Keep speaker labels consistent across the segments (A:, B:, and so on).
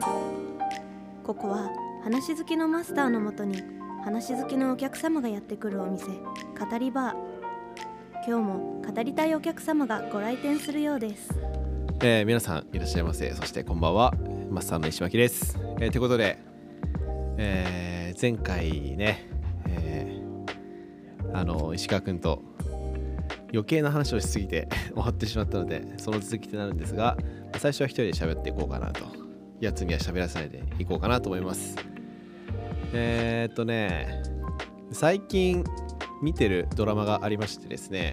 A: ここは話好きのマスターのもとに話好きのお客様がやってくるお店語りバー今日も語りたいお客様がご来店するようです
B: えー、皆さんいらっしゃいませそしてこんばんはマスターの石巻ですえー、ということで、えー前回ね、えーあの石川君と余計な話をしすぎて 終わってしまったのでその続きとなるんですが最初は一人で喋っていこうかなとやつには喋らせないでいこうかなと思いますえー、っとね最近見てるドラマがありましてですね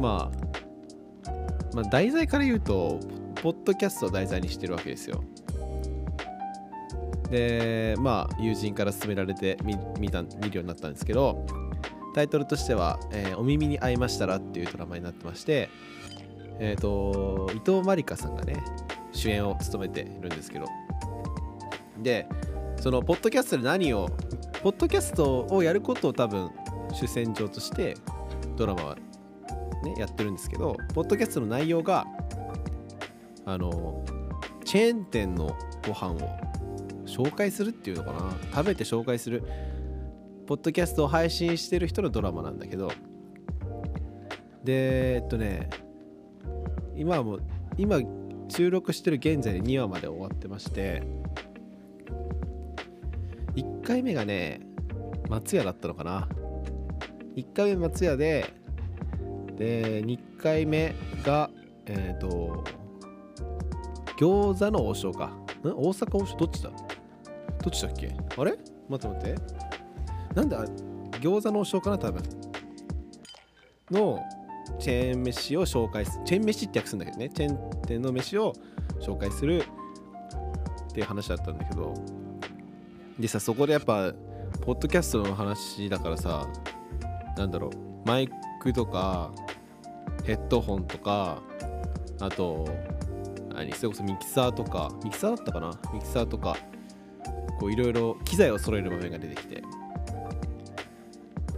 B: まあまあ、題材から言うとポッドキャストを題材にしてるわけですよでまあ友人から勧められて見見た見るようになったんですけどタイトルとしては「えーお耳に合いましたら」っていうドラマになってましてえっ、と伊藤まりかさんがね主演を務めているんですけどでそのポッドキャストで何をポッドキャストをやることを多分主戦場としてドラマはね、やってるんですけど、ポッドキャストの内容が、あの、チェーン店のご飯を紹介するっていうのかな、食べて紹介する、ポッドキャストを配信してる人のドラマなんだけど、で、えっとね、今はもう、今、収録してる現在で2話まで終わってまして、1回目がね、松屋だったのかな。1回目松屋で、で2回目がえっ、と餃子の王将かん大阪王将どっちだどっちだっけあれ待って待ってなんであ餃子の王将かな多分のチェーン飯を紹介するチェーン飯って訳すんだけどねチェーン店の飯を紹介するっていう話だったんだけどでさそこでやっぱポッドキャストの話だからさなんだろうマイクとかヘッドホンとかあと何それこそミキサーとかミキサーだったかなミキサーとかこういろいろ機材を揃える場面が出てきて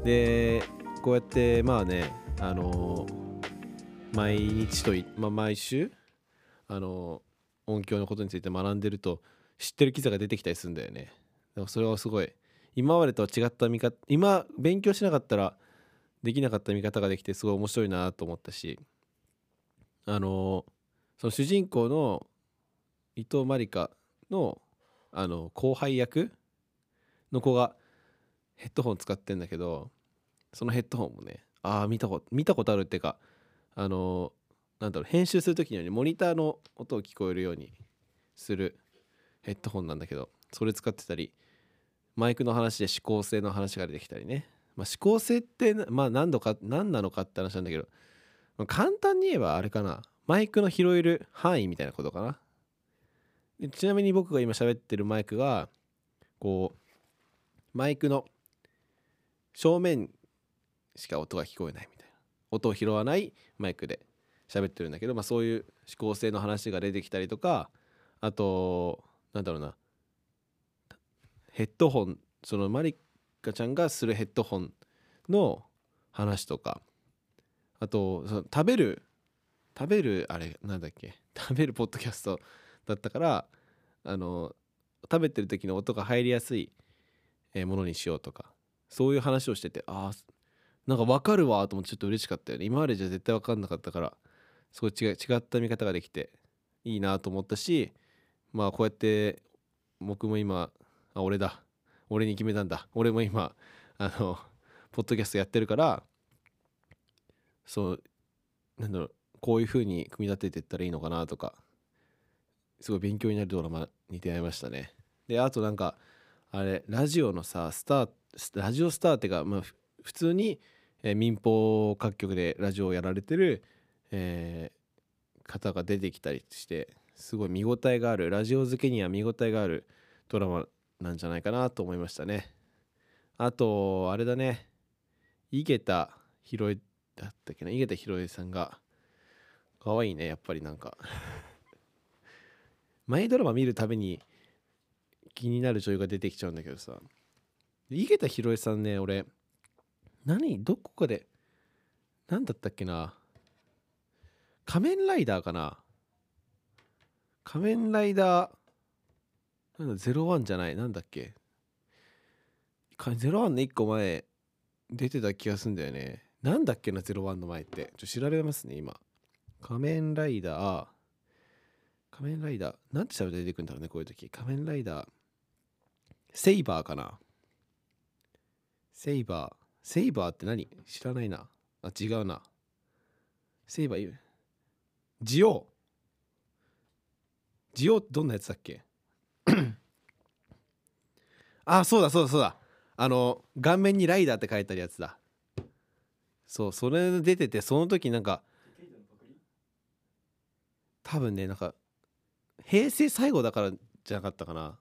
B: でこうやってまあねあの毎日とい、まあ、毎週あの音響のことについて学んでると知ってる機材が出てきたりするんだよねでもそれはすごい今までとは違った見方今勉強しなかったらできなかった見方ができてすごい面白いなと思ったしあのその主人公の伊藤まりかのあの後輩役の子がヘッドホン使ってんだけどそのヘッドホンもねああ見たこと見たことあるっていうかあのなんだろう編集する時にはねモニターの音を聞こえるようにするヘッドホンなんだけどそれ使ってたりマイクの話で指向性の話が出てきたりね、まあ、指向性ってな、まあ、何度か何なのかって話なんだけど、まあ簡単に言えばあれかなマイクの拾える範囲みたいなことかなでちなみに僕が今喋ってるマイクがこうマイクの正面しか音が聞こえないみたいな音を拾わないマイクで喋ってるんだけど、まあ、そういう指向性の話が出てきたりとかあとなんだろうなヘッドホンそのマリカちゃんがするヘッドホンの話とかあとその食べる食べるあれなんだっけ 食べるポッドキャストだったからあの食べてる時の音が入りやすいえーものにしようとかそういう話をしててあーなんか分かるわと思ってちょっと嬉しかったよね今までじゃ絶対分かんなかったからすごい違う違った見方ができていいなと思ったしまあこうやって僕も今あ俺だ俺に決めたんだ俺も今あのポッドキャストやってるからそうなんだろうこういう風に組み立てていったらいいのかなとかすごい勉強になるドラマに出会いましたねであとなんかあれラジオのさスターラジオスターってか、まあ、ふ普通に、えー民放各局でラジオをやられてる、えー方が出てきたりしてすごい見応えがあるラジオ好きには見応えがあるドラマなんじゃないかなと思いましたね。あと、あれだね、井桁弘恵だったっけな、井桁弘恵さんが、可愛いね、やっぱりなんか。 前ドラマ見るたびに気になる女優が出てきちゃうんだけどさ、井桁弘恵さんね俺何どこかで何だったっけな仮面ライダーかな仮面ライダーなんだ01じゃないなんだっけか01の1個前出てた気がすんだよねなんだっけな01の前ってちょっと調べますね今仮面ライダー仮面ライダーなんて調べて出てくるんだろうねこういう時仮面ライダーセイバーかなセイバーセイバーって何知らないなあ違うなセイバーいうジオウジオウってどんなやつだっけあそうだそうだそうだあの顔面にライダーって書いてあるやつだそうそれ出ててその時なんか多分ねなんか平成最後だからじゃなかったかな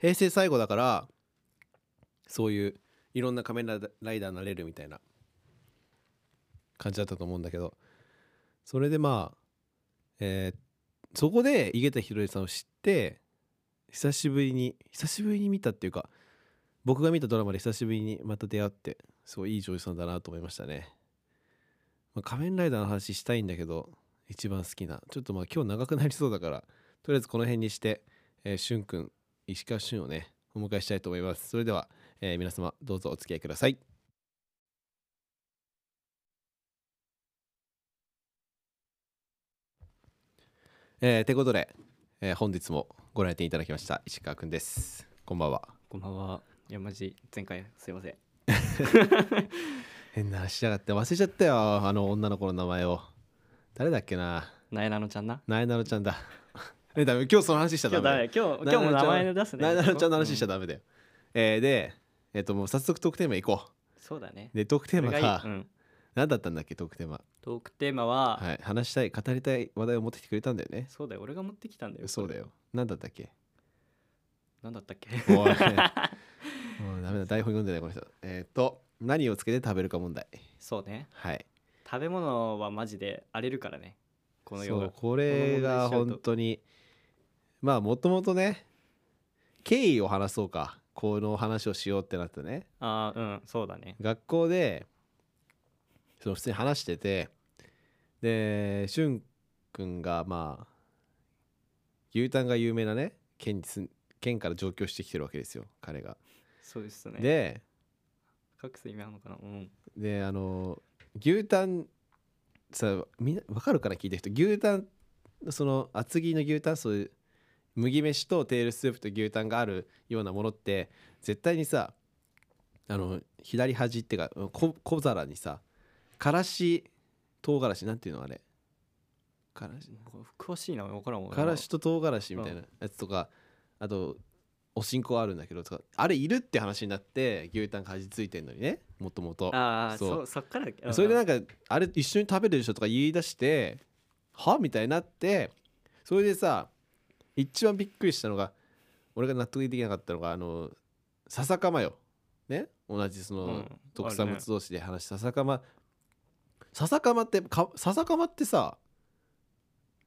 B: 平成最後だからそういういろんな仮面ライダーになれるみたいな感じだったと思うんだけどそれでまあ、えーそこで井桁弘恵さんを知って久しぶりに久しぶりに見たっていうか僕が見たドラマで久しぶりにまた出会ってすごいいい女優さんだなと思いましたね、まあ仮面ライダーの話したいんだけど一番好きなちょっとまあ今日長くなりそうだからとりあえずこの辺にして、えー、しゅんくん石川俊をねお迎えしたいと思いますそれでは、えー皆様どうぞお付き合いくださいえー、てことで、えー本日もご来店いただきました石川くんですこんばんは
C: こんばんは。いや、マジ、前回すいません。
B: 変な話しやがって忘れちゃったよあの女の子の名前を誰だっけな
C: なえなのちゃんな。
B: なえなのちゃんだ えダメ今日その話しちゃ
C: 今
B: ダ
C: 日だ
B: メ
C: め、今日、今日も名前出すね。
B: なえなのちゃんの話しちゃ
C: だ。
B: ダメだよ、えーでえっ、ともう早速トークテーマいこう
C: そうだね。
B: でトークテーマ
C: それ
B: が
C: がいいうん
B: 何だったんだっけトークテーマ、
C: トークテーマは、
B: はい、話したい語りたい話題を持ってきてくれたんだよね
C: そうだよ、俺が持ってきたんだよ。
B: そうだよ何だったっ け
C: なんだったっけ
B: おいもうダメだ台本読んでないこの人えっ、と何をつけて食べるか問題
C: そうね。
B: はい
C: 食べ物はマジで荒れるからね。この世
B: そ
C: が
B: う。これが本当にまあもともとね経緯を話そうかこの話をしようってなってね
C: ああ、うん、そうだね。
B: 学校でその普通に話しててでしゅんくんがまあ牛タンが有名なね県に住ん県から上京してきてるわけですよ彼が。
C: そうですね。、
B: で
C: 隠す意味あるのかなうん。
B: であの牛タンさみんな分かるかな聞いた人牛タンその厚切りの牛タンそういう麦飯とテールスープと牛タンがあるようなものって絶対にさあの左端っていうか小小皿にさからし唐辛子なんていうのあれからし
C: 詳しいな、わからんわ。
B: からしと唐辛子みたいなやつとかあとおしんこあるんだけどとかあれいるって話になって牛タンが味付いてんのにねもともと。
C: ああ、
B: そう
C: そう、そっからだっけ。
B: それで
C: う
B: なんんかあれ一緒に食べるでしょとか言い出してはみたいになってそれでさ一番びっくりしたのが俺が納得できなかったのがあの笹かまよね同じそ
C: うん
B: の特
C: あ
B: 産
C: るね
B: 物同士で話した笹かま笹かまってか笹かまってさ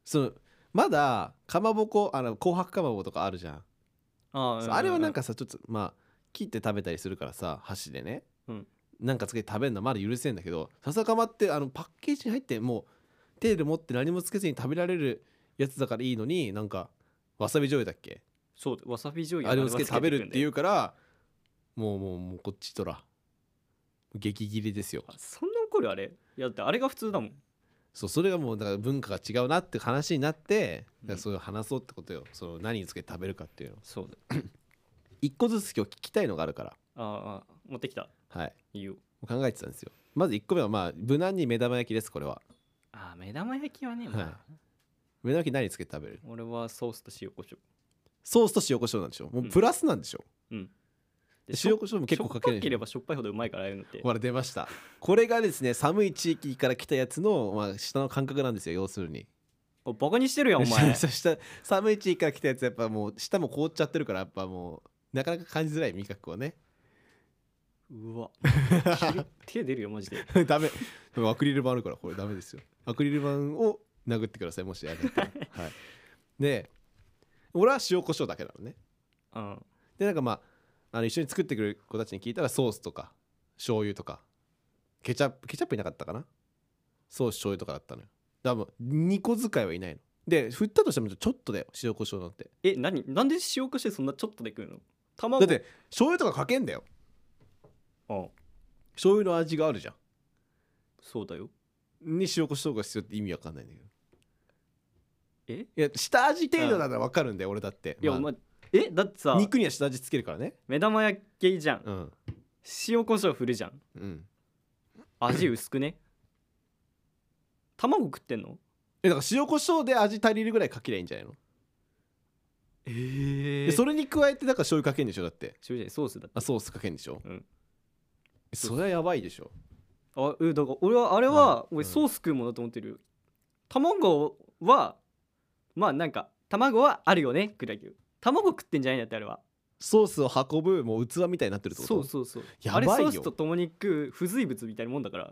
B: そのまだかまぼこあの紅白かまぼことかあるじゃん
C: あー
B: そうう
C: う
B: あれはなん、かさちょっとまあ切って食べたりするからさ箸でね、
C: うん
B: なんかつけて食べるのはまだ許せんだけど笹かまってあのパッケージに入ってもう手で持って何もつけずに食べられるやつだからいいのになんかわさび醤油だっけ
C: そう、わさび醤油。
B: あれをつけて食べるっていううからもうもうもうこっちとら激ギレですよ
C: あそんな怒るあれいや、だってあれが普通だもん。
B: そうそれがもうだから文化が違うなって話になって、
C: うん
B: だからそういう話そうってことよその何につけて食べるかっていうの
C: そうだ。
B: 一個ずつ今日聞きたいのがあるから
C: ああ、持ってきた。
B: はい
C: いいよ。
B: 考えてたんですよまず1個目はまあ無難に目玉焼きですこれは
C: ああ、目玉焼きはね、まあ
B: はい目玉焼き何つけて食べる
C: 俺はソースと塩コショウ。
B: ソースと塩コショウなんでしょもううんプラスなんでしょ、
C: うん。
B: で塩コショウも結構かけ
C: しょっぱ
B: る
C: けれ
B: ば
C: ばしょっぱいほどうまいからああいうのって。
B: ほら出ましたこれがですね寒い地域から来たやつの、まあ、下の感覚なんですよ要するに
C: おバカにしてるやん、お前。
B: 下下寒い地域から来たやつやっぱもう下も凍っちゃってるからやっぱもうなかなか感じづらい味覚をね
C: うわ。手出るよ、マジで。
B: ダメでもアクリル板あるからこれダメですよアクリル板を殴ってくださいもしやる、はい、で俺は塩コショウだけなのね
C: うん
B: でなんかまああの一緒に作ってくれる子たちに聞いたらソースとか醤油とかケチャップケチャップいなかったかなソース醤油とかだったのよだからもう2個使いはいないので振ったとしてもちょっとだよ塩コショウなんて
C: え何なんで塩化してそんなちょっとで食うの
B: だ
C: 卵
B: って醤油とかかけんだよ
C: あ
B: 醤油の味があるじゃ
C: そうだよ
B: んに塩コショウが必要って意味わかんないんだけど
C: え
B: いや下味程度ならわかるんだよ俺だって
C: いや、
B: まあ
C: お前えだってさ
B: 肉には下味つけるからね
C: 目玉焼きじゃん
B: うん
C: 塩コショウ振るじゃん
B: うん
C: 味薄くね卵食ってんの
B: えだから塩コショウで味足りるぐらいかけりゃいいんじゃないの
C: え
B: で
C: そ
B: それに加えてだから醤油かけんでしょだって
C: れじゃソースだって
B: あソースかけんでしょ、
C: うん
B: それはやばいでしょ
C: あうんだから俺はあれは、
B: うん
C: 俺
B: うん
C: ソース食うものだと思ってるよ卵はまあなんか卵はあるよねぐらいだけど卵食ってんじゃないんだってあれは
B: ソースを運ぶもう器みたいになってるってこと
C: そうそうそう
B: や
C: あ
B: ばい
C: れ
B: よ
C: ソースと共に食う不随物みたいなもんだから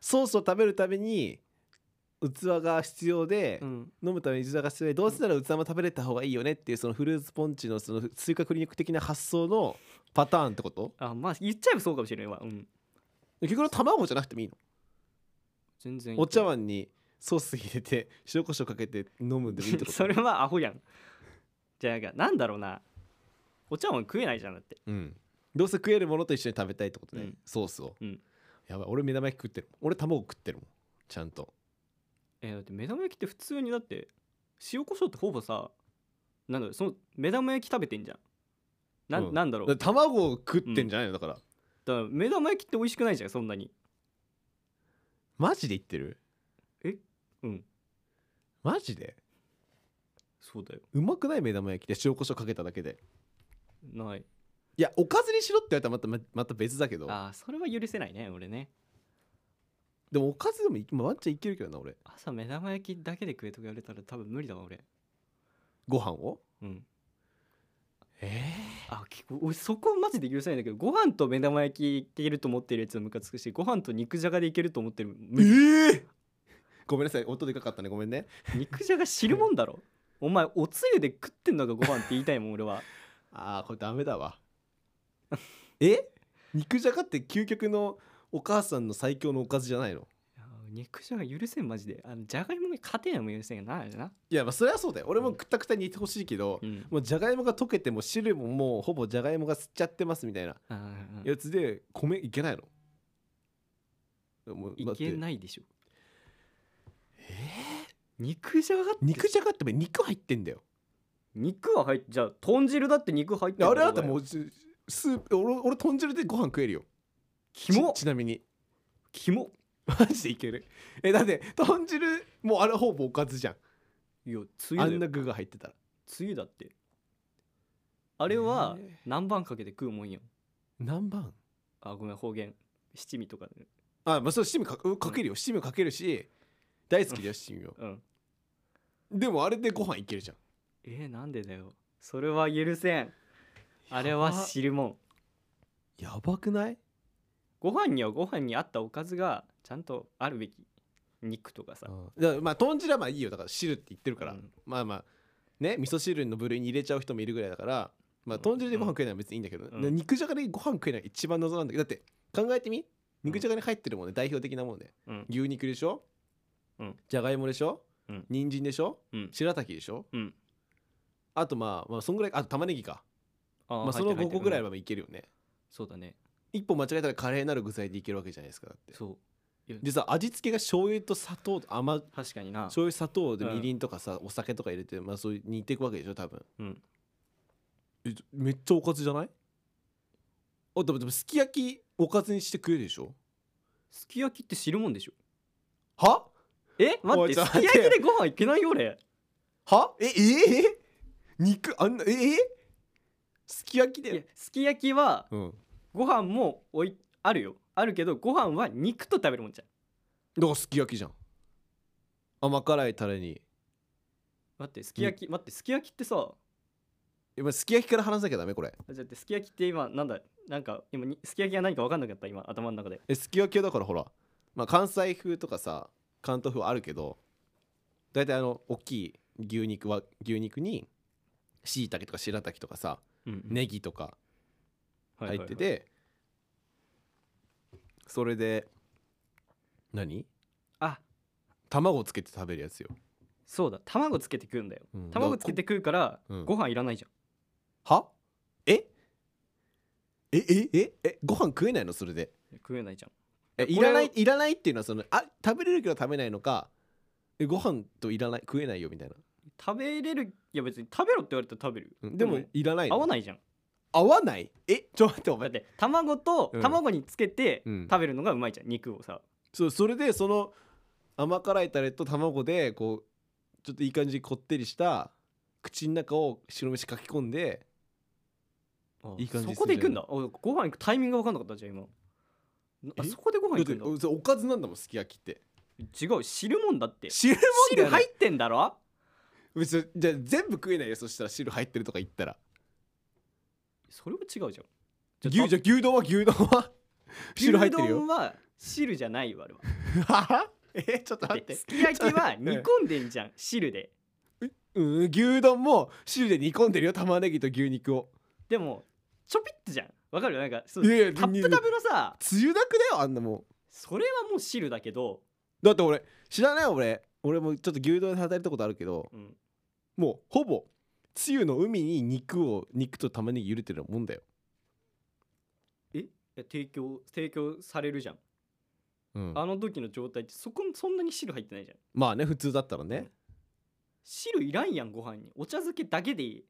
B: ソースを食べるために器が必要で、
C: うん
B: 飲むために器が必要でどうせなら器も食べれた方がいいよねっていうそのフルーツポンチのその追加クリニック的な発想のパターンってこと
C: あまあ言っちゃえばそうかもしれないわうん
B: 結局卵じゃなくてもいいの
C: 全然
B: お茶碗にソース入れて塩コショウかけて飲むんでもいいってこと
C: それはアホやんじゃあなんかなんだろうなお茶碗食えないじゃんだって
B: うん、どうせ食えるものと一緒に食べたいってことね、
C: うん
B: ソースを、
C: うん
B: やばい俺目玉焼き食ってる俺卵食ってるもんちゃんと
C: えーだって目玉焼きって普通にだって塩コショウってほぼさなんだろうその目玉焼き食べてんじゃんな,、、
B: うん
C: なんだろう
B: だから卵を食ってんじゃないのだから
C: だから目玉焼きって美味しくないじゃんそんなに
B: マジで言ってる
C: えうん
B: マジで
C: そうだよ
B: うまくない目玉焼きで塩コショウかけただけで
C: ない
B: いやおかずにしろって言われたらまたままた別だけど
C: あーそれは許せないね俺ね
B: でもおかずでもい、まあ、ワンちゃんいけるけどな俺
C: 朝目玉焼きだけで食えとか言われたら多分無理だわ俺
B: ご飯を
C: うん
B: え
C: あき俺そこマジで許せないんだけどご飯と目玉焼きいけると思ってるやつはムカつくしご飯と肉じゃがでいけると思ってる無理
B: ー、えー、ごめんなさい音でかかったねごめんね
C: 肉じゃが汁もんだろお前おつゆで食ってんのがご飯って言いたいもん俺は
B: ああこれダメだ わえ肉じゃがって究極のお母さんの最強のおかずじゃないの
C: いや肉じゃが許せんマジであのじゃがいもが勝てないも許せんがなあれない
B: やまあそれはそうだよ俺もくたくたにいてほしいけど、
C: うん
B: もうじゃがいもが溶けても汁ももうほぼじゃがいもが吸っちゃってますみたいな
C: あー
B: やつで米いけないのもう
C: い
B: だって
C: けないでしょえ肉じゃがって
B: 肉じゃがって肉入ってんだよ
C: 肉は入ってじゃあ豚汁だって肉入って
B: いやあれだっても
C: う
B: うススープ俺俺豚汁でご飯食えるよ
C: キモ
B: ちちなみに
C: キモ
B: マジでいけるえだって豚汁もうあれほぼおかずじゃん
C: いやつゆ
B: あ
C: だ
B: んな
C: よ
B: 具が入ってたら
C: つゆだってあれは
B: え
C: 何番かけて食うもんやん
B: 何番
C: あごめん方言七味とかで
B: あまあそう七味かうんかけるよ七味かけるし大好きだよ七味を
C: うん
B: でもあれでご飯いけるじゃん
C: えー、なんでだよそれは許せんあれは汁もん
B: やばくない
C: ご飯にはご飯に合ったおかずがちゃんとあるべき肉とかさ、
B: だからまあ豚汁はまあいいよだから汁って言ってるから、
C: うん
B: まあまあね味噌汁の部類に入れちゃう人もいるぐらいだから、まあ、豚汁でご飯食えないのは別にいいんだけど、
C: うん
B: 肉じゃがでご飯食えないのが一番謎なんだけどだって考えてみ肉じゃがに入ってるもんね代表的なもんね
C: うん
B: 牛肉でしょ、
C: うん
B: じゃがいもでしょ、
C: うん
B: 人参でしょ
C: うん
B: 白滝でしょ
C: うん
B: あとまあまあそんぐらいあと玉ねぎか
C: あー
B: まあ、その
C: 入っ
B: 5
C: てる
B: 個ぐらい
C: 入ってる
B: はまあいけるよね
C: うんそうだね
B: 一歩間違えたらカレーなる具材でいけるわけじゃないですかだって
C: そう
B: でさ味付けが醤油と砂糖と甘
C: 確かにな
B: 醤油砂糖で
C: うん
B: みりんとかさ、お酒とか入れてまあそういう煮ていくわけでしょ多分
C: うん
B: えめっちゃおかずじゃないあでもでもすき焼きおかずにして食えるでしょ
C: すき焼きって汁もんでしょ
B: は
C: え待
B: お
C: っ
B: い
C: て
B: ちょっ
C: す
B: と
C: き
B: 待って
C: 焼きでご飯いけないよ俺
B: はええええ肉あんなええすき焼き
C: いや
B: で
C: すき焼きは
B: うん
C: ご飯もおいあるよあるけどご飯は肉と食べるもんじゃん
B: だからすき焼きじゃん甘辛いタレに
C: 待ってすき焼き待ってすき焼きってさ
B: えまあすき焼きから話さなきゃダメこれ
C: あじゃあってすき焼きって今なんだなんか今にすき焼きが何か分かんなかった今頭の中で
B: えすき焼きはだからほら、まあ、関西風とかさ関東風はあるけど大体あの大きい牛肉は牛肉にしいたけとか白滝とかさ
C: うん
B: ネギとか
C: はいは
B: 入っ
C: いはい
B: てて、それで何
C: あ
B: 卵をつけて食べるやつよ
C: そうだ卵つけて食うんだよ、
B: うん
C: 卵つけて食うから
B: うん
C: ご飯いらないじゃん、
B: はえええええご飯食えないのそれで
C: 食えないじゃん
B: えい
C: これ
B: らないいらないっていうのはそのあ食べれるけど食べないのかえご飯といらない食えないよみたいな、
C: 食べれるいや別に食べろって言われたら食べるよ、
B: うんでもいらないの
C: 合わないじゃん
B: 合わない えちょっと待ってお
C: だっ
B: 前
C: て卵と
B: うん
C: 卵につけて
B: うん
C: 食べるのがうまいじゃん肉をさ
B: そうそれでその甘辛いタレと卵でこうちょっといい感じにこってりした口の中を白飯かき込んでいい感じ
C: そこで行くんだおご飯行くタイミングが分かんなかったじゃん今あ
B: え
C: そこでご
B: だ
C: 飯
B: っ
C: 行く
B: て
C: んだ
B: おそれおかずなんだもんすき焼きって
C: 違う汁もんだって
B: 汁もんだ
C: 汁
B: よね
C: 入ってんだろ
B: 別にじゃあ全部食えないよそしたら汁入ってるとか言ったら
C: それは違うじゃん
B: 牛じゃあ
C: ゃ
B: 牛丼は牛丼は 汁入ってる
C: 牛丼
B: よ
C: は汁じゃないよあれは
B: えちょっと
C: だ
B: 待
C: っ
B: ってて
C: すき焼き は煮込んでんじゃん汁で
B: うん牛丼も汁で煮込んでるよ玉ねぎと牛肉を
C: でもちょぴっとじゃんわかるなんかそう
B: いやいや
C: タップタブのさ
B: つゆだくだよあんなもん
C: それはもう汁だけど、
B: だって俺知らない俺俺もちょっと牛丼で働いたことあるけど
C: うん、
B: もうほぼつゆの海に肉を肉と玉ねぎ茹でてるもんだよ
C: え提供提供されるじゃん
B: うん
C: あの時の状態ってそこそんなに汁入ってないじゃん
B: まあね普通だったらね
C: 汁いらんやんご飯にお茶漬けだけでいい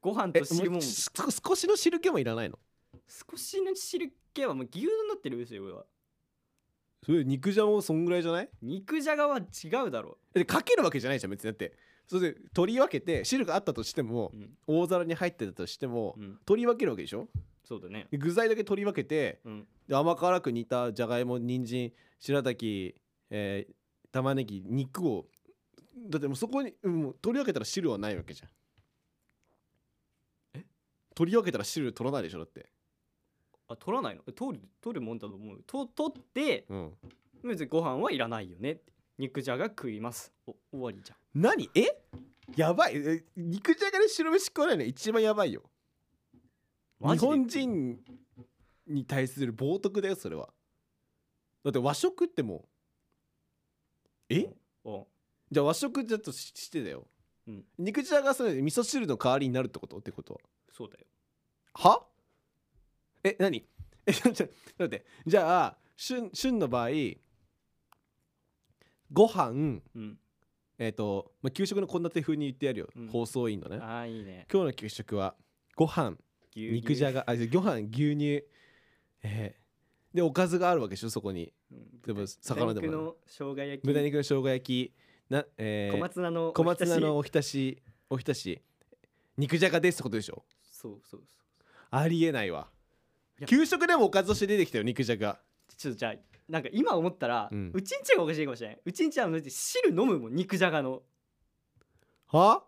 C: ご飯
B: え
C: と汁
B: も
C: も
B: うし少しの汁気もいらないの
C: 少しの汁気はもう牛丼だってるですよ俺は
B: それ肉じゃがもそんぐらいじゃない
C: 肉じゃがは違うだろ
B: でかけるわけじゃないじゃん別にだってそれで取り分けて汁があったとしても
C: う、うん
B: 大皿に入ってたとしても、
C: うん、
B: 取り分けるわけでしょ
C: そうだね
B: で具材だけ取り分けて
C: うん
B: で甘辛く煮たじゃがいも人参白滝、えー玉ねぎ肉をだってもうそこにうんもう取り分けたら汁はないわけじゃん
C: え
B: 取り分けたら汁取らないでしょだって
C: あ取らないのえ取る取るもんだと思うと取って
B: うん
C: 別にご飯はいらないよねって肉じゃが食いますお終わりじゃん
B: 何えやばいえ肉じゃがで白飯食わないの一番やばいよ
C: マ
B: 日
C: ジで
B: 本人に対する冒涜だよそれはだって和食ってもうえ
C: お
B: じゃあ和食だとししてだよ、
C: うん
B: 肉じゃがはそれ味噌汁の代わりになるってことってこと
C: そうだよ
B: ははえ何 えちょちょ待ってじゃあ旬旬の場合ご飯
C: うん
B: えっ、と、まあ、給食の献立風に言ってやるよ、
C: うん
B: 放送委員のね
C: あーいいね
B: 今日の給食はご飯
C: 牛乳
B: 肉じゃがあじゃあご飯牛乳えーでおかずがあるわけでしょそこに
C: うん
B: でも
C: 豚
B: 魚でもない
C: 豚肉の生姜焼き
B: 豚肉の生姜焼きな、えー
C: 小松菜の
B: 小松菜の
C: お
B: おひたしおひたし肉じゃがですってことでしょ
C: 浸しそうそうそう
B: ありえないわ
C: いや
B: 給食でもおかずとして出てきたよ肉じゃが
C: ちょっとじゃあなんか今思ったら、
B: う
C: うんちんちがおかしいかもしれないうちんちはあの汁飲むもん肉じゃがの
B: は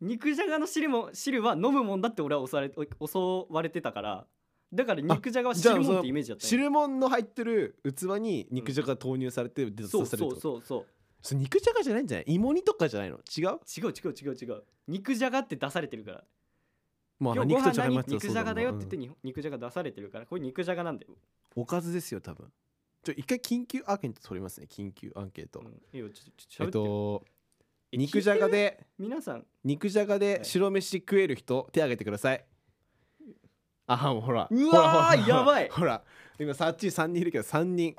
C: 肉じゃがの汁も汁は飲むもんだって俺は襲われお襲われてたからだから肉じゃがは
B: じゃあ
C: 汁もん
B: そ
C: っ
B: の
C: てイメージだったんや
B: 汁物の入ってる器に肉じゃが投入されて出
C: そう
B: させ
C: そ
B: る
C: う
B: と
C: そうそう
B: それ肉じゃがじゃないんじゃない芋煮とかじゃないの違う
C: 違う違う違う違う肉じゃがって出されてるから
B: ま
C: 今日ご
B: 肉
C: 飯
B: とじゃが
C: 何
B: になっちゃう
C: 肉じゃがだよって
B: そう
C: 言って
B: な
C: に、肉じゃが出されてるからこれ肉じゃがなんだよ、
B: うんおかずですよ多分ちょ一回緊急アンケート取りますね緊急アンケート、
C: うん、いいよちょち
B: えっ
C: ょちょ喋ってよ、
B: と
C: え
B: 肉じゃ
C: 聞
B: が
C: いてる
B: で
C: 皆さん
B: 肉じゃがで白飯食える人手挙げてくださいあほらほら
C: うわー
B: ほらほらほら
C: やばい
B: ほら今さっち3人いるけど3人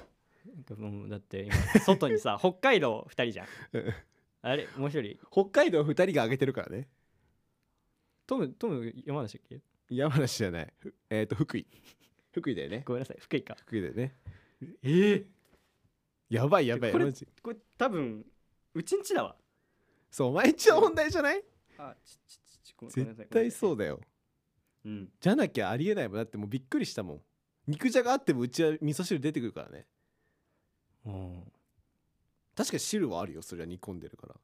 C: もうだって今外 にさ北海道2人じゃん
B: うん
C: あれもう一人
B: 北海道2人が挙げてるからね
C: トムトム山梨だっけ
B: 山梨じゃないふえっ、と福井福井だよね
C: ごめんなさい福井か
B: 福井だよね
C: ええ
B: やばいやばい
C: これ
B: マジ
C: これ多分うちんちだわ
B: そうお前一応問題じゃない
C: あちちちちごめんごめんなさ
B: 絶
C: い
B: 対そううだよ
C: うん
B: じゃなきゃありえないもんだってもうびっくりしたもん肉じゃがあってもうちは味噌汁出てくるからね確かに汁はあるよそれは煮込んでるから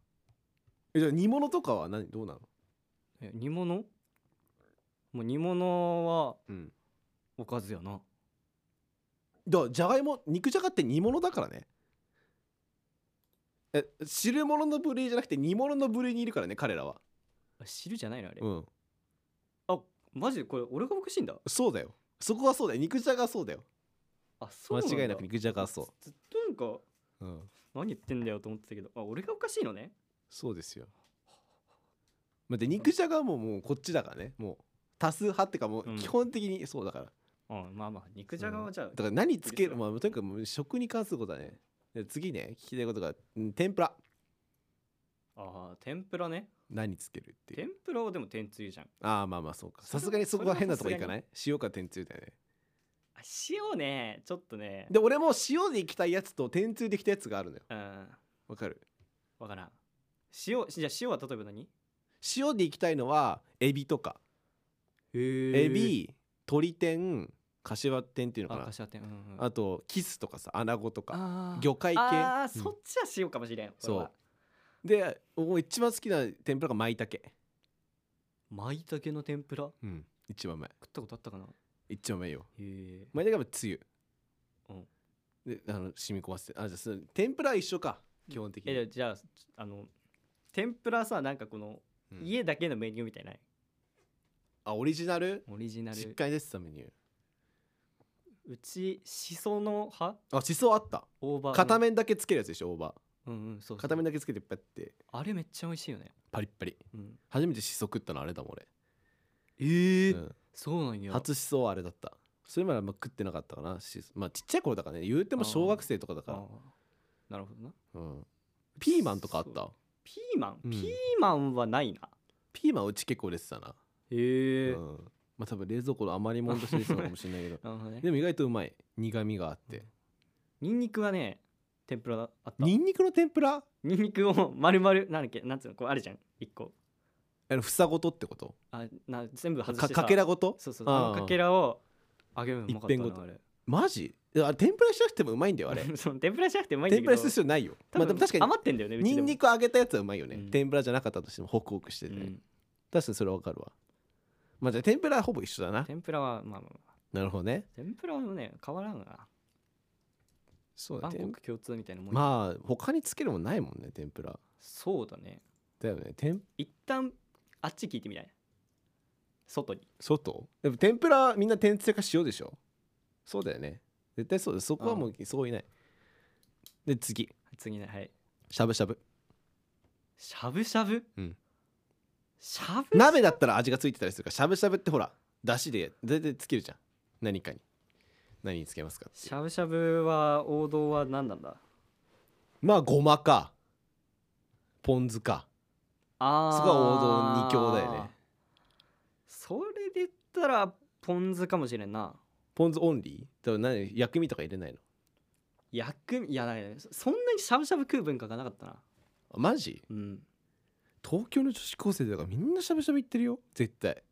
B: えじゃあ煮物とかは何どうなの
C: え煮物もう煮物は
B: うん
C: おかずやな
B: だからじゃがいも肉じゃがって煮物だからねえ汁物の部類じゃなくて煮物の部類にいるからね彼らは
C: あ汁じゃないのあれ、
B: うん
C: あマジでこれ俺がおかしいんだ
B: そうだよそこはそうだよ肉じゃがはそうだよ
C: あそうなんだ
B: 間違いなく肉じゃがはそ
C: ずずっとなんか
B: う、うん、
C: 何言ってんだよと思ってたけどあ俺がおかしいのね
B: そうですよまあで肉じゃがももうこっちだからねもう多数派ってかもううん基本的にそうだから、
C: うんまあまあ肉じゃがはじゃあ、
B: だから何つける
C: いいです
B: まあとにかくもう食に関することだねで次ね聞きたいことがうん天ぷら
C: あー天ぷらね
B: 何つけるっていう
C: 天ぷらはでも天つゆじゃん
B: ああまあまあそうか
C: それ
B: さす
C: は
B: がにそこは変なとこ
C: それ
B: い
C: は
B: かない塩か天つゆだよね
C: あ塩ねちょっとね
B: で俺も塩でいきたいやつと天つゆできたやつがあるのよ
C: うん
B: わかる
C: わからん塩じゃあ塩は例えば何
B: 塩でいきたいのはエビとかエビ鶏天柏天っていうの
C: あ
B: かな
C: 柏天うんうん
B: あとキスとかさアナゴとか
C: あー
B: 魚介系
C: あー
B: うん
C: そっちは塩かもしれん
B: そうで僕一番好きな天ぷらが舞茸
C: まいたけの天ぷら食
B: うん一番うまい
C: ったことあったかな
B: 一番うまいよ
C: へえ
B: 舞茸はつゆ
C: うん
B: であの染み込ませてあじゃあその天ぷらは一緒か基本的に、
C: えじゃああの天ぷらさなんかこの
B: うん
C: 家だけのメニューみたいな
B: あオリジナル
C: オリジナ
B: 実
C: ル
B: 家に出てたメニュー
C: うちしその葉
B: あしそあった
C: 大葉の
B: 片面だけつけるやつでしょ大葉
C: うんうんそうそう
B: 片面だけつけてパッて
C: あれめっちゃ美味しいよね
B: パリッパリ
C: うん
B: 初めてしそ食ったのあれだもん俺
C: ええ
B: うん
C: そうなんや
B: 初しそはあれだったそれまであんま食ってなかったかなしそまあちっちゃい頃だからね言うても小学生とかだ
C: あ
B: か
C: ーなるほどな
B: ら、うん、ピーマンとかあっ
C: そ
B: た
C: ピーマン、
B: うん
C: ピーマンはないな
B: ピーマンうち結構入れてたな、
C: へえ、
B: うん、まあ多分冷蔵庫の余り物として入れてたのかもしれないけど
C: なるほど ね
B: でも意外とうまい苦みがあって、
C: ニンニクはね天ぷらだあった
B: ニ
C: ニ
B: ンニクの天ぷら
C: ンニクを丸々なんだっけなんつうのこうあるじゃん一個
B: あの房ごとってこと
C: あな全部外して
B: か
C: さ
B: かけらごと
C: そうそう
B: あー
C: あのかけらを揚げるのうまかった
B: 一
C: な
B: 遍ごと
C: あれ
B: マジいやあれ天ぷらしなくてもうまいんだよあ
C: あ
B: れ
C: れその天ぷらじゃなくてうまいんだ
B: 天ぷ
C: けど
B: らする必要ないよまあでも確かに
C: 余ってんだよねうち
B: ニ
C: でも
B: ンニク揚げたやつはうまいよね、
C: うん
B: 天ぷらじゃなかったとしてもホクホクして
C: う
B: てね、
C: ん
B: 確かにそれわかるわまあじゃあ天ぷらはほぼ一緒だな
C: 天ぷらはまあまあまあ
B: なるほどね
C: 天ぷらはね変わらんな
B: そうだ
C: 万
B: ね
C: 国共通みたいなもん、
B: まあ他につけるもんないもんね天ぷら
C: そうだね
B: だよね天
C: 一旦あっち聞いてみない外に
B: 外でも天ぷらみんな天つゆか塩でしょそうだよね絶対そうだよそこはもうそういないで次
C: 次ねはい
B: しゃぶしゃぶ
C: しゃぶしゃぶ、
B: うん
C: しゃぶ
B: 鍋だったら味がついてたりするからしゃぶしゃぶってほらだしで全然つけるじゃん何かに何につけますかってい
C: し
B: う
C: ゃぶしゃぶは王道は何なんだ
B: まあごまかポン酢か
C: あー
B: そこは王道二強だよね
C: それで言ったらポン酢かもしれんな
B: ポン酢オンリーだから何薬味とか入れないの
C: 薬味いやだねそんなにしゃぶしゃぶ食う文化がなかったな
B: あマジ
C: うん
B: 東京の女子高生とかみんなしゃぶしゃぶ行ってるよ絶対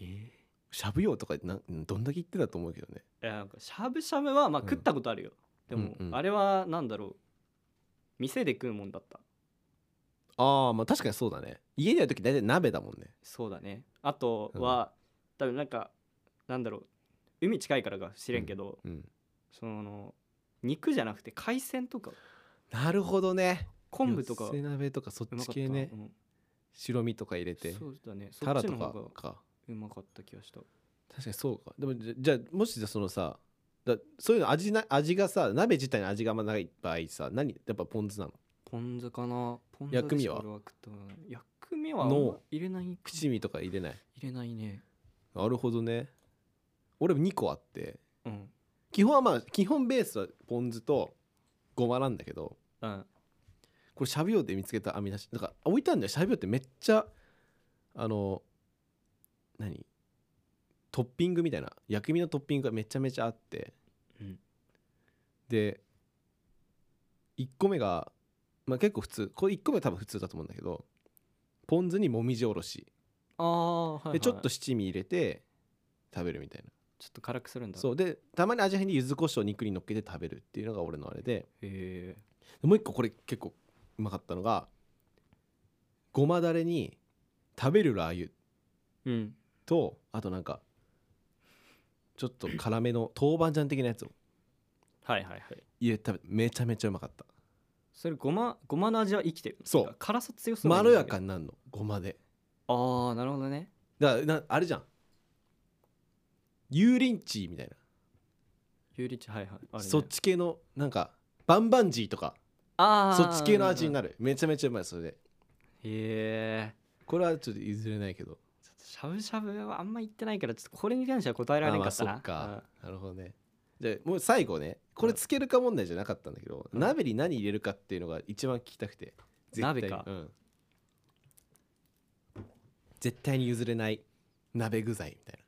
C: え
B: しゃぶよとかなどんだけ言ってたと思うけどね
C: いやなんかしゃぶしゃぶはまあ
B: うん
C: 食ったことあるよ、でも、
B: うんうん
C: あれは何だろう店で食うもんだった
B: ああまあ確かにそうだね家にいる時大体鍋だもんね
C: そうだねあとは、多分なんかなんだろう海近いからか知れんけど、
B: うん
C: その肉じゃなくて海鮮とか
B: なるほどね
C: 昆布とか
B: 寄せ鍋とかそっ
C: う
B: ち
C: まかった
B: 系ね
C: うん
B: 白身とか入れて
C: そうだねそ
B: タ
C: っ
B: ラ
C: ち
B: と
C: の
B: か
C: 方が
B: か
C: うまかった気がした
B: 確かにそうかでもじゃじゃあもしじゃあそのさだそういうの味な味がさ鍋自体に味があんまない場合さ何やっぱポン酢なの
C: ポン酢かなポン酢
B: 薬味は
C: でしか俺食ったことない薬味はあん
B: ノー
C: ま入れないか
B: 七味とか入れない
C: 入れないね
B: なるほどね俺も2個あって
C: うん
B: 基本はまあ基本ベースはポン酢とごまなんだけど
C: うん
B: これしゃぶ用で見つけた編み出しだから置いたんだよしゃぶ用ってめっちゃあの何トッピングみたいな薬味のトッピングがめちゃめちゃあって、
C: うん
B: で1個目が、まあ、結構普通これ1個目は多分普通だと思うんだけどポン酢にもみじおろし
C: ああはい、はい、
B: でちょっと七味入れて食べるみたいな、
C: ちょっと辛くするんだ
B: そううでたまに味変に柚子胡椒を肉に乗っけて食べるっていうのが俺のあれで
C: へえ
B: もう一個これ結構うまかったのがごまだれに食べるラー油
C: うん
B: とあとなんかちょっと辛めの豆板醤的なやつを
C: はいはいはい
B: 入れて食べめちゃめちゃうまかった
C: それごまごまの味は生きてる
B: そう
C: 辛さ強そう
B: ま
C: なん
B: ろ
C: だけど
B: やかになるのごまで
C: ああなるほどね
B: だからなあれじゃん油淋鶏みたいな
C: ユーリッチはいはいあれね
B: そっち系のなんかバンバンジーとか
C: あ
B: そっち系の味に
C: る
B: なるめちゃめちゃうまいそれで
C: へえ
B: これはちょっと譲れないけど
C: ちょっとしゃぶしゃぶはあんま言ってないからちょっとこれに関しては答えられなかったな
B: あまあそっか、なるほどねじゃあもう最後ねこれつけるか問題じゃなかったんだけど、
C: うん
B: 鍋に何入れるかっていうのが一番聞きたくて絶対に
C: 鍋か
B: うん、絶対に譲れない鍋具材みたいな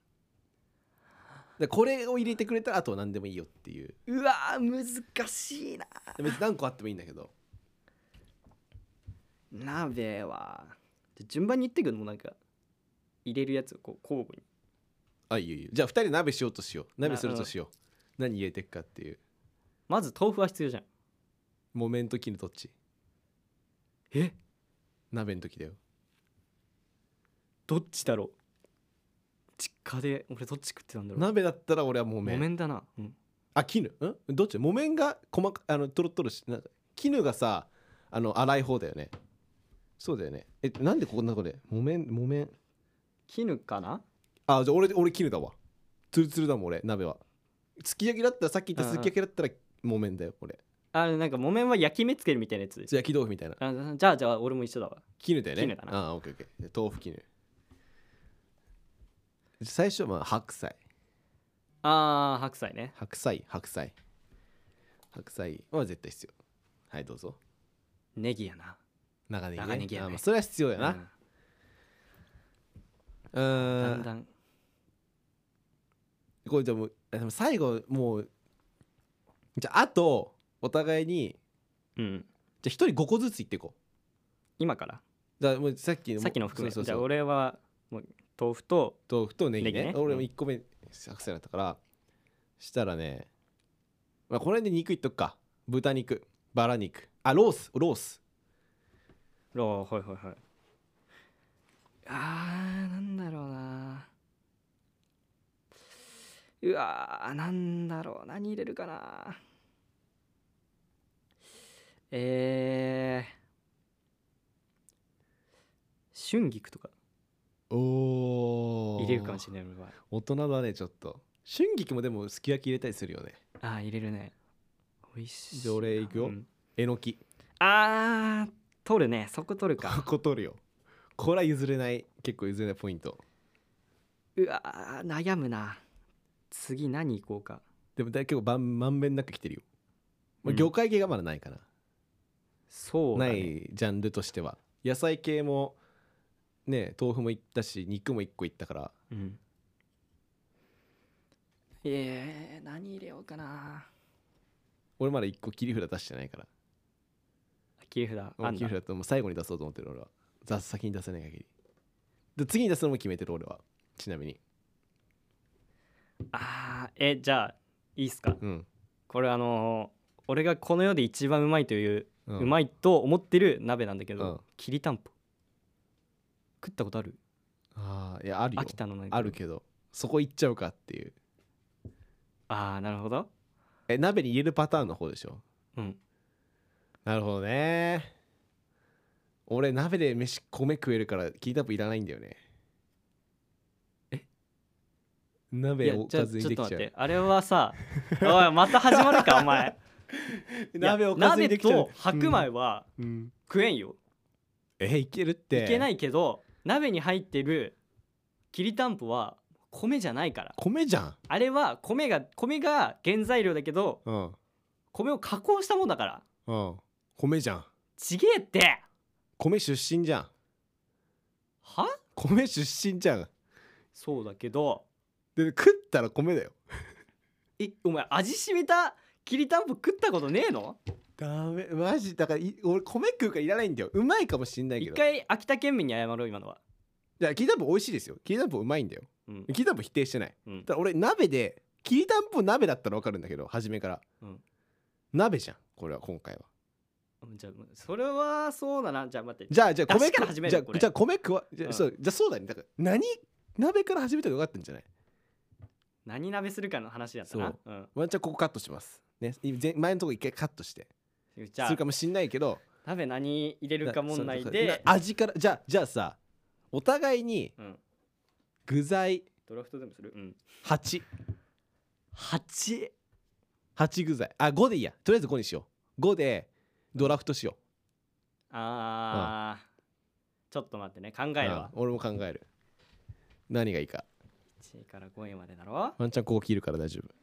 B: でこれを入れてくれたらあとは何でもいいよっていう
C: うんうわー難しいな
B: で別に何個あってもいいんだけど
C: 鍋はじゃあ順番に言ってくのもなんか入れるやつをこう交互に
B: あいいよいいよじゃあ2人鍋しようとしよう鍋するとしよう、何入れてくかっていう
C: まず豆腐は必要じゃん
B: 木綿の時のどっち
C: え
B: 鍋の時だよ
C: どっちだろう実家で俺どっち食ってたんだろう
B: 鍋だったら俺は木
C: 木
B: 綿
C: 綿だな、うん、
B: あ絹んどっち木綿が細かあのトロトロしなんか絹がさあの粗い方だよねそうだよねえなんでここなこれ木綿木綿
C: 絹かな
B: あじゃあ俺俺絹だわツルツルだもん俺鍋はすき焼きだったらさっき言ったすき焼きだったら木綿だよ俺
C: あなんか木綿は焼き目つけるみたいなやつ
B: 焼き豆腐みたいな
C: あじゃあじゃあ俺も一緒だわ
B: 絹だよね
C: 絹だな
B: あオッケーオッケーで豆腐絹最初はまあ白菜
C: あー白菜ね
B: 白菜白菜白菜は絶対必要はいどうぞ
C: ネギやな、
B: 長ネギね
C: 長ネギやね
B: あまあそれは必要やな、
C: う
B: うー
C: ん、
B: ん
C: だんだん
B: これでもでも最後もうじゃああとお互いに
C: うん
B: じゃあ1人5個ずついっていこ
C: 今から
B: うだからもうさっきの
C: さっきのを含め
B: そう
C: じ
B: そう
C: ゃあ
B: そう
C: 俺はもう豆腐と
B: 豆腐とネギね
C: ネギね
B: 俺も
C: うん
B: 1個目白菜だったからしたらね、まあ、これで肉いっとくか豚肉バラ肉あロースロース
C: ローはいはいはいあーなんだろうなうわーなんだろう何入れるかなえー、春菊とか
B: お
C: 入れるかもしれない俺は
B: 大人だねちょっと春菊もでもすき焼き入れたりするよね
C: あー入れるねおいしい
B: じゃあ俺行くよ
C: うん
B: えのき
C: あー取るねそこ取る
B: こ
C: か
B: こ取るよこれは譲れない結構譲れないポイント
C: うわー悩むな次何行こうか
B: でもだ結構ばんまんべんなく来てるよ、まあ
C: うん
B: 魚介系がまだないかな、
C: そうだ、
B: な
C: ね、
B: いジャンルとしては野菜系もね豆腐もいったし肉も1個いったから
C: うん、えー、何入れようかな
B: 俺まだ1個切り札出してないから
C: 切り札あ
B: もうん切
C: だ
B: り札ともう最後に出そうと思ってる俺は雑先に出せない限りで次に出すのも決めてる俺はちなみに
C: あーえじゃあいいっすか
B: うん、
C: これあのー俺がこの世で一番うまいという、
B: う
C: うんまいと思ってる鍋なんだけ
B: うん
C: ど、きりたんぽ食ったことある
B: ああいやあるよ
C: 秋田のなんか
B: あるけどそこ行っちゃうかっていう
C: ああなるほど
B: え鍋に入れるパターンの方でしょ
C: うん
B: なるほどね俺鍋で飯米食えるから聞いたぶいらないんだよね
C: えい
B: 鍋
C: や
B: お
C: じゃ
B: か
C: あち
B: ず
C: ょっ
B: にで
C: と
B: き
C: 待
B: ちゃ
C: っ
B: う
C: てあれ はさおいまた始まるかお前
B: 鍋おかずにできちゃ
C: いうや鍋と白米は
B: うんうん
C: 食えんよ、
B: えいけるって
C: いけないいけど鍋に入ってるきりたんぽは米じゃないから
B: 米じゃん
C: あれは米が米が原材料だけど
B: うん
C: 米を加工したもんだから
B: うん米じゃん
C: ちげえって
B: 米出身じゃん
C: は
B: 米出身じゃん
C: そうだけど
B: で食ったら米だよ
C: えお前味しみたきりたんぽ食ったことねえの
B: ダメマジだからい俺米食うからいらないんだようまいかもしんないけ
C: 一
B: ど
C: 回秋田県民に謝ろう今のは、
B: いやきりたんぽ美味しいですよきりたんぽうまいんだよ
C: うん
B: きりたんぽ否定してない
C: うん
B: ただ俺鍋できりたんぽ鍋だったら分かるんだけど初めから、
C: うん
B: 鍋じゃんこれは今回は
C: じゃあそれはそうだなじゃあ待って
B: じゃあじゃあ米
C: 出汁から始める
B: じゃ
C: こ
B: あ
C: れ
B: じゃあ米食わじゃあ、
C: うん
B: そうじゃあそうだねだから何鍋から始めたらよかったんじゃない
C: 何鍋するかの話だったな、
B: そう
C: ん、
B: ワンチャンここカットしますねい前前のとこ一回カットして
C: じゃ
B: す
C: あ
B: るかもしんないけど
C: 鍋何入れるか問題
B: な
C: で
B: な味からじゃあじゃあさお互いに
C: うん
B: 具材
C: ドラフトでもするうん
B: 88
C: 8
B: 具材あ5でいいやとりあえず5にしよう5でドラフトしよ
C: あーちょっと待ってね考え
B: う、うん
C: るわ
B: 俺も考える何がいいか
C: 1位から5位までだろ
B: ワンチャンこう切るから大丈夫